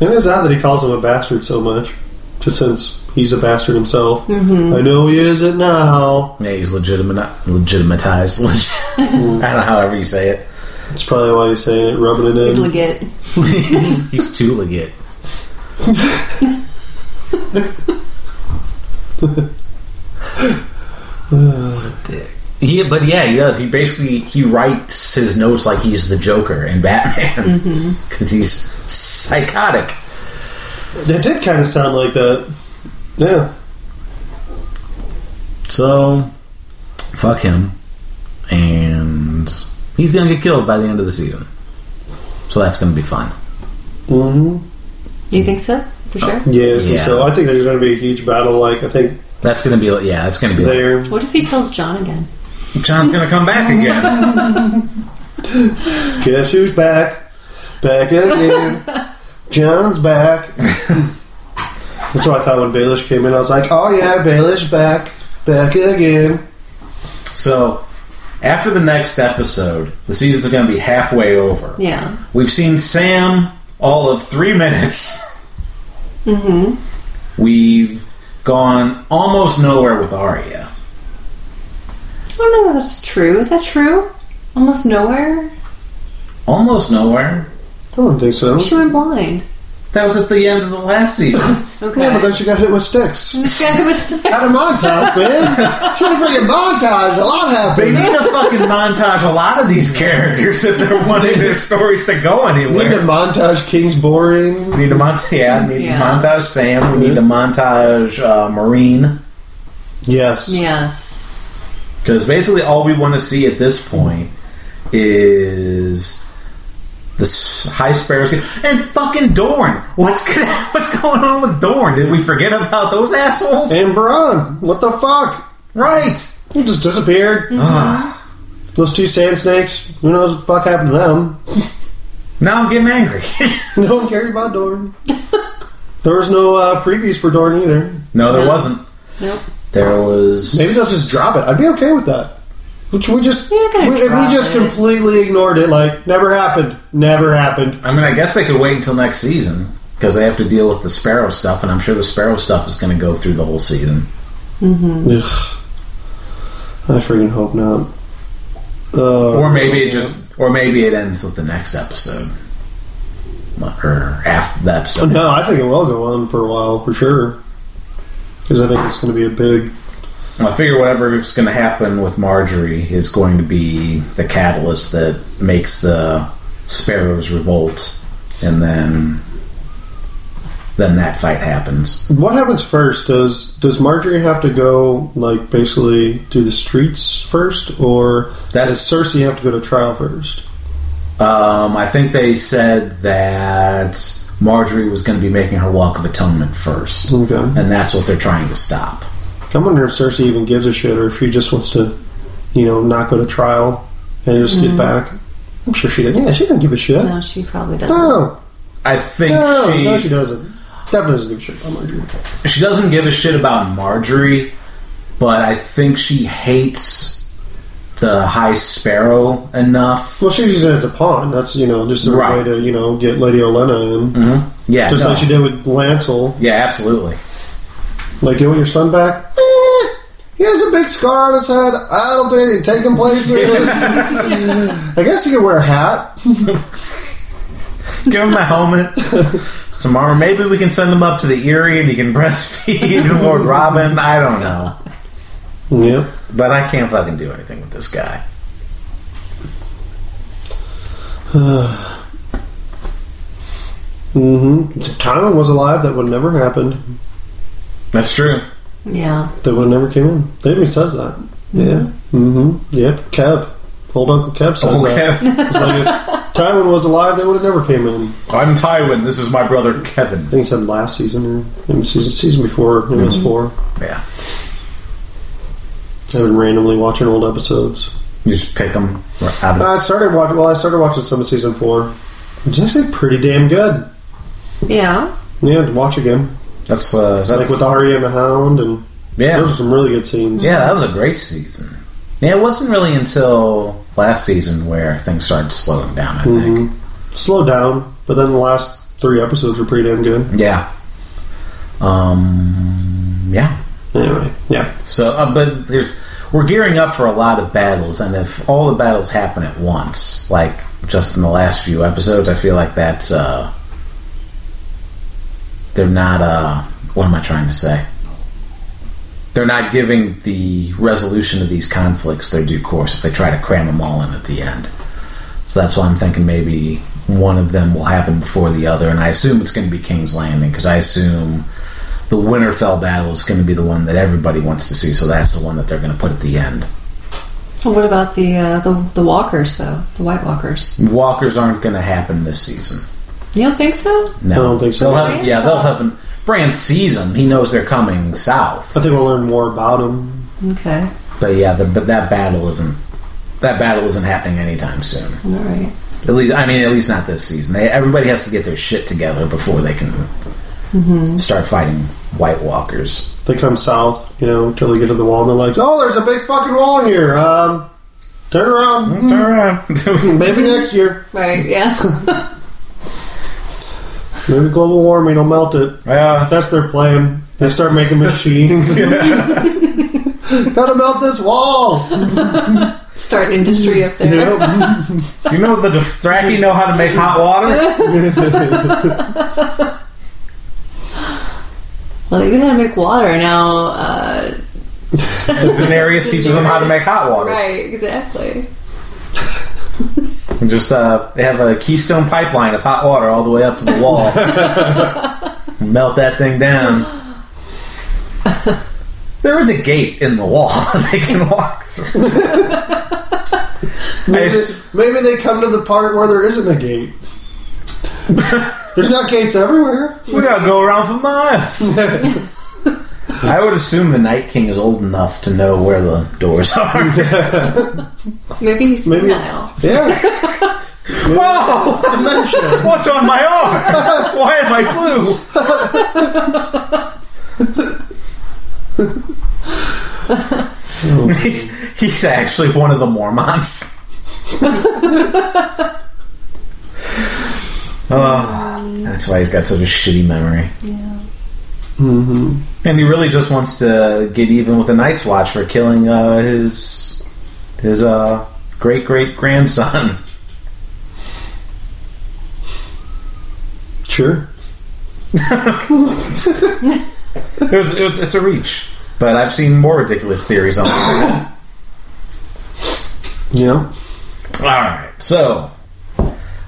C: And it's odd that he calls him a bastard so much, just since he's a bastard himself. I know he isn't now.
A: Yeah, he's legitimate, legitimatized. Leg- [LAUGHS] I don't know however you say it.
C: That's probably why he's saying it, rubbing it
B: He's
C: in.
B: legit.
A: [LAUGHS] he's too legit. what a dick. He, but yeah, he does. He basically he writes his notes like he's the Joker in Batman because he's psychotic.
C: That did kind of sound like that. Yeah.
A: So fuck him, and he's gonna get killed by the end of the season. So that's gonna be fun.
C: hmm
B: You think so? For sure.
C: Yeah,
A: Yeah.
C: So I think there's going to be a huge battle. Like I think
A: That's gonna be like- yeah. That's gonna be. Like,
C: there.
B: What if he kills John again?
A: John's gonna come back again.
C: Guess who's back?
A: [LAUGHS]
C: Back again. John's back. That's what I thought when Baelish came in. I was like, oh yeah, Baelish back, back again.
A: so after the next episode, the season's gonna be halfway over.
B: Yeah.
A: We've seen Sam all of three [LAUGHS] minutes. Mm-hmm. We've gone almost nowhere with Arya.
B: I don't know if that's true. Is that true? Almost nowhere?
A: Almost nowhere.
C: I don't think so.
B: She went blind.
A: That was at the end of the last season.
B: Okay.
C: Yeah, but then she got hit
B: [LAUGHS]
C: with sticks. Had a montage, man. She had a freaking montage. A lot
A: they
C: happened.
A: need to fucking montage a lot of these characters if they're wanting their stories to go
C: We
A: anywhere.
C: need a montage. King's boring.
A: Need a montage, yeah. Need
B: Yeah.
A: to montage Sam. We need to montage uh, Marine
C: Yes.
B: yes.
A: because basically all we want to see at this point is this high sparrows and fucking Dorn. What's gonna, [LAUGHS] what's going on with Dorn? Did we forget about those assholes?
C: And Braun. What the fuck?
A: Right.
C: He just disappeared.
A: Ah.
C: Those two sand snakes. Who knows what the fuck happened to them? [LAUGHS]
A: now I'm getting angry. [LAUGHS]
C: No one cares
B: [LAUGHS]
C: about Dorn. there was no uh, previews for Dorn either.
A: no, there wasn't.
B: Nope.
A: There was.
C: Maybe they'll just drop it. I'd be okay with that. Which we just
B: You're not gonna
C: we- if we
B: drop
C: just
B: it.
C: completely ignored it, like never happened, never happened.
A: I mean, I guess they could wait until next season because they have to deal with the sparrow stuff, and I'm sure the sparrow stuff is going to go through the whole season.
C: Ugh. I freaking hope not. Uh,
A: Or maybe it just, or maybe it ends with the next episode, or after the episode.
C: no. I think it will go on for a while for sure. Because I think it's going to be a big
A: I figure whatever is going to happen with Marjorie is going to be the catalyst that makes the sparrows revolt, and then then that fight happens.
C: What happens first? Does does Marjorie have to go like basically do the streets first, or
A: That is
C: does Cersei have to go to trial first?
A: Um, I think they said that Marjorie was going to be making her walk of atonement first,
C: Okay, I
A: and that's what they're trying to stop.
C: wonder if Cersei even gives a shit, or if she just wants to, you know, not go to trial and just get back. I'm sure she did. Yeah, Oh. she didn't give a shit. No,
B: No, she probably doesn't.
C: no,
A: I think
C: no,
A: she,
C: she, doesn't. Definitely doesn't give a shit about Marjorie.
A: she doesn't give a shit about Marjorie, but I think she hates the High Sparrow enough.
C: Well, she's using it as a pawn. That's you know just a
A: Right.
C: way to you know get Lady Olenna in,
A: hmm Yeah,
C: just
A: no.
C: like she did with Lancel.
A: yeah, absolutely.
C: Like, you want your son back? Eh, he has a big scar on his head. I don't think it can take him [LAUGHS] places. I guess he could wear a hat.
A: [LAUGHS] Give him a [LAUGHS] helmet, some armor. Maybe we can send him up to the Erie and he can [LAUGHS] breastfeed Lord Robin. I don't know,
C: Yep.
A: but I can't fucking do anything with this guy.
C: Mm-hmm. If Tywin was alive, that would never happened.
A: That's true.
B: Yeah.
C: That would never came in. They even says that. Yeah. Mm-hmm. Yep. Kev. Old Uncle Kev says that.
A: Okay. [LAUGHS]
C: It's like if Tywin was alive, they would have never came in.
A: I'm Tywin. This is my brother
C: I
A: Kevin.
C: think he said last season or it was season, season before. It was four.
A: Yeah,
C: I've been randomly watching old episodes.
A: you just pick him out of.
C: Uh, I started watching. Well, I started watching some of season four. It's actually pretty damn good.
B: Yeah.
C: Yeah, to watch again,
A: That's uh, that's
C: like with Arya and the Hound, and
A: yeah,
C: those are some really good scenes.
A: yeah. That was a great season. Yeah, it wasn't really until last season where things started slowing down. I
C: Mhm.
A: think.
C: slow down, but then the last three episodes were pretty damn good.
A: Yeah. Um. Yeah.
C: Anyway, yeah,
A: So, uh, but there's we're gearing up for a lot of battles, and if all the battles happen at once, like just in the last few episodes, I feel like that's uh, they're not uh, what am I trying to say? They're not giving the resolution of these conflicts their due course if they try to cram them all in at the end. So that's why I'm thinking maybe one of them will happen before the other, and I assume it's going to be King's Landing because I assume the Winterfell battle is going to be the one that everybody wants to see, so that's the one that they're going to put at the end.
B: Well, what about the, uh, the the walkers though? The White Walkers.
A: Walkers aren't going to happen this season.
B: You don't think so?
A: No,
C: I don't think so.
A: They'll have-
B: Brand
A: yeah, they'll
B: south.
A: have. An, Brand sees them. He knows they're coming south,
C: I think we'll learn more about him.
B: Okay.
A: but yeah, the, but that battle isn't. That battle isn't happening anytime soon.
B: All right.
A: At least, I mean, at least not this season. They, everybody has to get their shit together before they can
C: Mm-hmm.
A: start fighting White Walkers.
C: They come south, you know, until they get to the wall, and they're like, "Oh, there's a big fucking wall here. Um, turn
B: Mm.
C: around.
A: Turn around.
C: Maybe next year.
B: Right. [LAUGHS] Yeah.
C: Maybe global warming will melt it."
A: [LAUGHS] yeah,
C: That's their plan. They start making
A: [LAUGHS]
C: machines. [LAUGHS] Gotta melt this wall.
B: Start industry up there.
C: Yep.
B: [LAUGHS]
A: you know the Dothraki know how to make hot water.
B: Well, they knew how to make water. Now, uh,
A: Daenerys teaches them how to make hot water.
B: Right, exactly.
A: And just uh, they have a keystone pipeline of hot water all the way up to the wall. Melt that thing down. There is a gate in the wall [LAUGHS] they can walk through. I
C: [LAUGHS] Maybe,
A: s-
C: maybe they come to the part where there isn't a gate. There's not gates everywhere.
A: we gotta go around for miles. I would assume the Night King is old enough to know where the doors are.
B: Maybe he's
C: Maybe-
B: senile.
A: [LAUGHS]
C: yeah,
A: Whoa!
C: dementia.
A: What's on my arm? Why am I blue? [LAUGHS] he's, he's actually one of the Mormons. oh, that's why he's got such a shitty memory.
C: Mm-hmm.
A: And he really just wants to get even with the Night's Watch for killing uh, his his uh, great great grandson.
C: Sure.
A: [LAUGHS] It was, it was, it's a reach, but I've seen more ridiculous theories on it.
C: Yeah.
A: All right. So,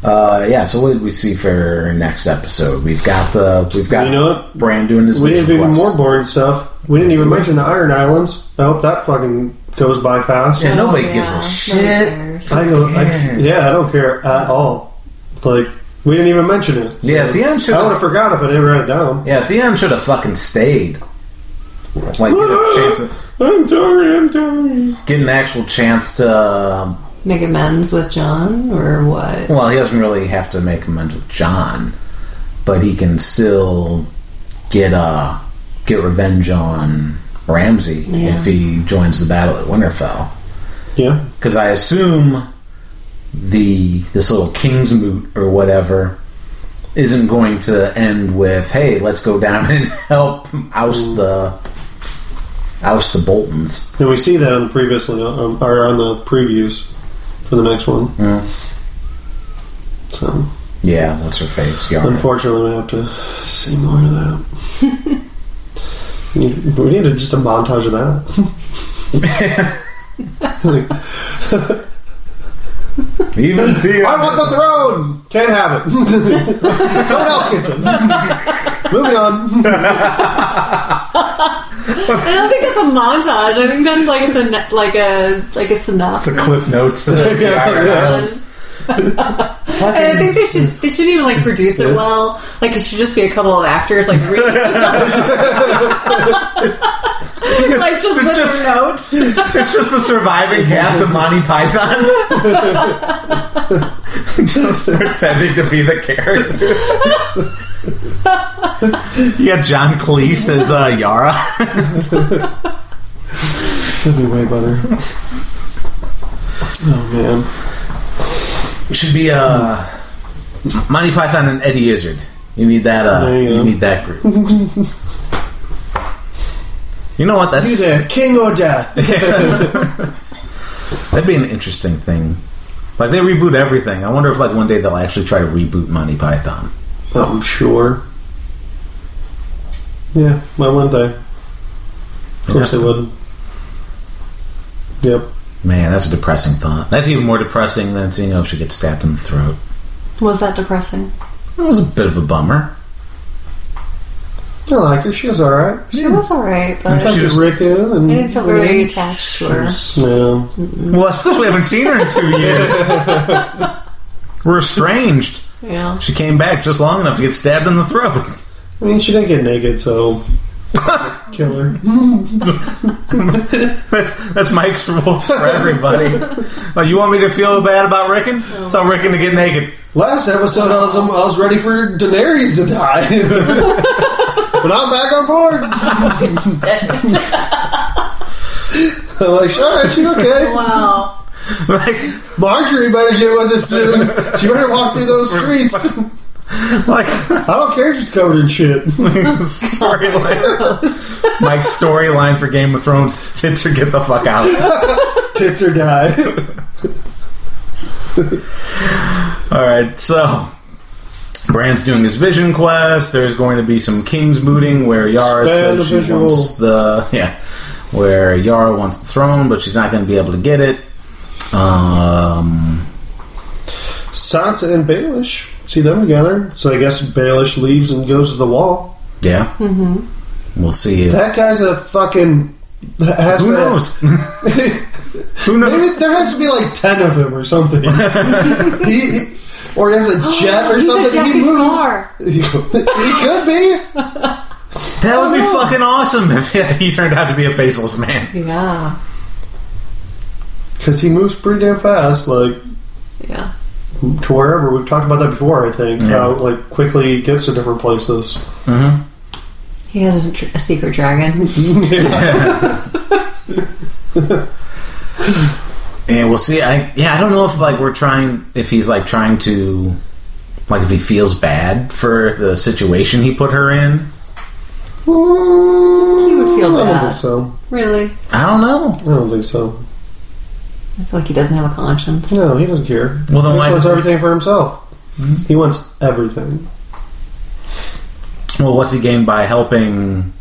A: uh, yeah. So what did we see for next episode? We've got the we've got
C: You know what?
A: Brand doing his
C: We have
A: vision
C: even
A: quest.
C: more boring stuff. We didn't even mention the Iron Islands. I hope that fucking goes by fast.
A: Yeah, nobody
B: Oh,
A: gives a
B: yeah.
A: shit.
B: Nobody cares.
C: I don't. I,
A: cares?
C: yeah, I don't care at all. Like we didn't even mention it. So
A: Yeah, Theon should
C: I would
A: have.
C: have forgot if I didn't write it down.
A: yeah, Theon should have fucking stayed. Like get a
C: [LAUGHS]
A: chance,
C: I'm sorry. I'm sorry.
A: get an actual chance to. um,
B: Make amends with John or what?
A: Well, he doesn't really have to make amends with John, but he can still get uh get revenge on Ramsey
B: Yeah.
A: if he joins the battle at Winterfell.
C: Yeah.
A: because I assume the this little king's moot or whatever isn't going to end with hey let's go down [LAUGHS] and help oust the oust the Boltons.
C: And we see that on the previously um, or on the previews for the next one. So
A: Yeah, what's her face? Yarn.
C: unfortunately, we have to see more of that. You- we need a, just a montage of that. Like,
A: Even
C: [LAUGHS] I want the throne. Can't have it. [LAUGHS] Someone else gets it. Moving on.
B: I don't think that's a montage. I think that's like a syn- like a like a synopsis.
A: the cliff [LAUGHS] notes. of the
C: Yeah,
A: Iron
C: yeah.
A: Islands.
B: [LAUGHS] And I
C: [LAUGHS]
B: think they should they should even like produce it well. Like it should just be a couple of actors like
C: [LAUGHS]
B: reading like
A: It's
B: just with
A: just-
B: their notes.
A: It's just the surviving cast of Monty [LAUGHS] Python. just pretending to be the characters. [LAUGHS] you got John Cleese as uh, Yara.
C: This is way better. Oh man.
A: It should be uh, Monty Python and Eddie Izzard. You need that. Uh,
C: There you
A: you,
C: go.
A: need that group. you know what?
C: He's
A: That's
C: a king or death.
A: that'd be an interesting thing. Like they reboot everything. I wonder if like one day they'll actually try to reboot Monty Python.
C: I'm sure. Yeah, why wouldn't they? Of course they would. Yep.
A: Man, that's a depressing thought. That's even more depressing than seeing Osha get stabbed in the throat.
B: Was that depressing?
A: That was a bit of a bummer.
C: I liked her. She was alright.
B: She was alright, but
A: She
C: She
A: was-
C: was Rick in and
B: I didn't feel very attached to her.
C: No.
A: Well, that's because we haven't seen her in two
C: [LAUGHS]
A: years. We're estranged.
B: Yeah.
A: She came back just long enough to get stabbed in the throat.
C: I mean she didn't get naked, [LAUGHS] so kill her.
A: [LAUGHS] That's that's Mike's rules for everybody. Oh, you want me to feel bad about Rickon? Tell Rickon to get naked. [LAUGHS]
C: Last episode, I was, I was ready for Daenerys to die. [LAUGHS] but I'm back on board. I'm like, all right, she's [LAUGHS] okay.
B: [LAUGHS] Wow.
A: Like,
C: Marjorie better get with it soon. She better walk through those streets.
A: like
C: I don't care if she's covered in shit. [LAUGHS]
A: storyline. Mike's storyline for Game of Thrones: tits or get the fuck out.
C: Tits or die.
A: All right, so
B: Yes.
A: Brand's doing his vision quest. There's going to be some king's mooting where Yara
C: Stand
A: says she
C: visual.
A: wants the yeah, where Yara wants the throne, but she's not going to be able to get it. Um,
C: Sansa and Baelish see them together. So I guess Baelish leaves and goes to the wall.
A: yeah, mm-hmm. we'll see. If,
C: That guy's a fucking. Has
A: who
C: to-
A: knows? [LAUGHS] Who knows?
C: Maybe there has to be like ten of him
A: [LAUGHS]
C: or something. he, he- or he has a jet or
B: Oh, He's a
C: something.
B: Jack
C: he
B: in the
C: moves.
B: car.
C: He could- [LAUGHS] he could be.
A: That would be
C: no.
A: fucking awesome if he turned out to be a faceless man.
B: Yeah.
C: Because he moves pretty damn fast, like
B: Yeah.
C: to wherever. We've talked about that before, I think.
A: Yeah.
C: How like quickly he gets to
A: [LAUGHS]
C: different places.
A: Mm-hmm.
B: He has a, dr- a secret dragon.
A: And we'll see. I yeah, I don't know if like we're trying if he's like trying to like if he feels bad for the situation he put her in.
C: He
B: would feel
C: I don't
B: bad.
C: think so.
B: really?
A: I don't know.
C: I don't think so.
B: I feel like he doesn't have a conscience.
C: No, he doesn't care.
A: Well, then
C: he
A: why does
C: just wants
A: he- Hmm?
C: everything for himself. He wants everything.
A: Well, what's he gained by helping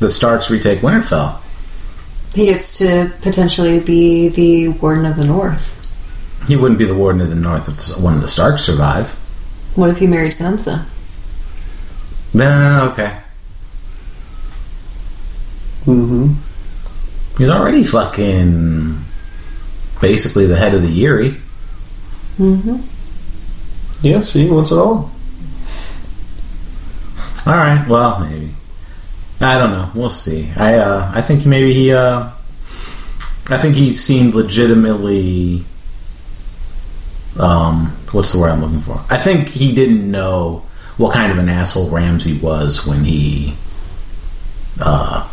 A: the Starks retake Winterfell?
B: He gets to potentially be the Warden of the North.
A: He wouldn't be the Warden of the North if the- one of the Starks survive.
B: What if he married Sansa?
A: Then okay,
C: hmm
A: he's already fucking basically the head of the Yuri.
B: Mm-hmm.
C: Yeah, see, he wants it all.
A: All right. Well, maybe. I don't know. We'll see. I uh, I think maybe he. Uh, I think he seemed legitimately. Um, what's the word I'm looking for? I think he didn't know what kind of an asshole Ramsey was when he uh,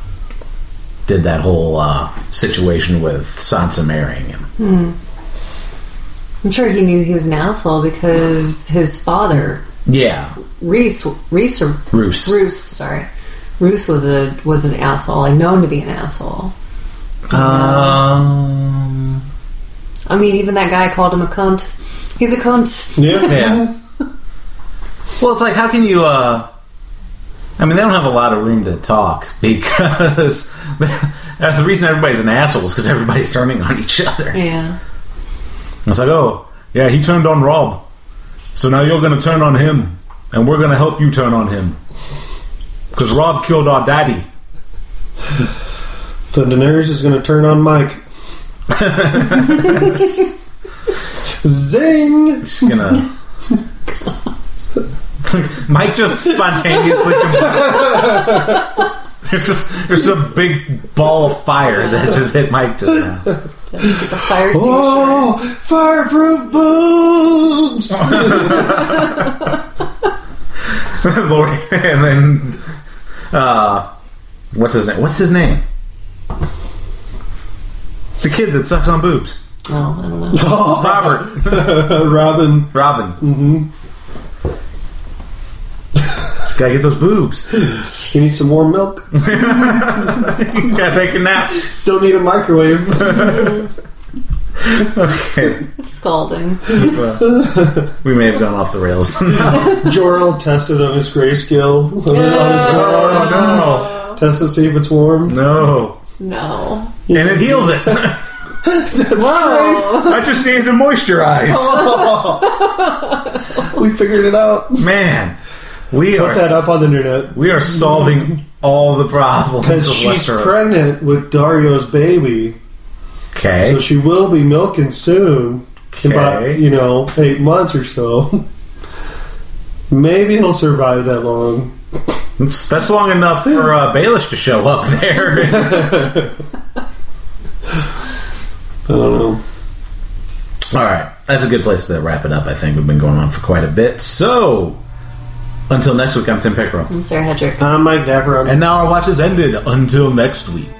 A: did that whole uh, situation with Sansa marrying him.
B: I'm sure he knew he was an asshole because his father,
A: Yeah,
B: Reese, Reese or
A: Roos.
B: Bruce, sorry, Bruce was a was an asshole. Like known to be an asshole.
A: Um,
B: I mean, even that guy called him a cunt. He's a cunt.
C: [LAUGHS] Yeah.
A: Yeah. [LAUGHS] well, it's like how can you? uh I mean, they don't have a lot of room to talk [LAUGHS] because [LAUGHS] that's the reason everybody's an asshole is because everybody's turning on each other.
B: Yeah.
A: It's like, oh, yeah, he turned on Rob, so now you're going to turn on him, and we're going to help you turn on him because Rob killed our daddy.
C: So Daenerys is going to turn on
A: [LAUGHS]
C: Mike. Zing!
A: She's gonna. [LAUGHS] Mike just spontaneously. there's just there's a big ball of fire that just hit Mike just now. [LAUGHS]
B: The fire extinguisher.
C: Oh, fireproof boobs!
A: [LAUGHS]
C: [LAUGHS]
A: Lori, and then uh, what's his name? What's his name? The kid that sucks on boobs.
B: Oh, I don't know.
C: oh,
A: Robert,
C: Robin.
A: Robin. Mm-hmm. Just gotta get those boobs. [LAUGHS]
C: You need some warm milk?
A: He's gotta take a nap.
C: Don't need
A: [LAUGHS]
C: a microwave.
A: Okay.
B: It's scalding.
A: Well, we may have gone off the rails. [LAUGHS]
C: Jorel tested on his grayscale. [LAUGHS] on his
B: Yeah.
A: Oh.
C: arm. Test to see if it's warm.
A: no.
B: No.
A: And it heals it.
C: [LAUGHS]
B: Whoa.
A: I just need to moisturize.
C: Oh. we figured it out.
A: Man, we are
C: Put that up on the internet.
A: we are solving all the problems of
C: Because she's
A: Westeros.
C: pregnant with Dario's baby,
A: okay.
C: so she will be milking soon. In about,
A: Okay.
C: you know, eight months or so. [LAUGHS] Maybe he'll survive that long.
A: That's, that's long enough for uh, Baelish to show up
C: [LAUGHS]
A: there.
C: I don't know.
A: [LAUGHS] all right. That's a good place to wrap it up. I think we've been going on for quite a bit. So, until next week, I'm Tim Pickrell.
B: I'm Sarah Hedrick.
A: Hmm.
C: I'm Mike Dapper. I'm
A: And now our watch is ended. Until next week.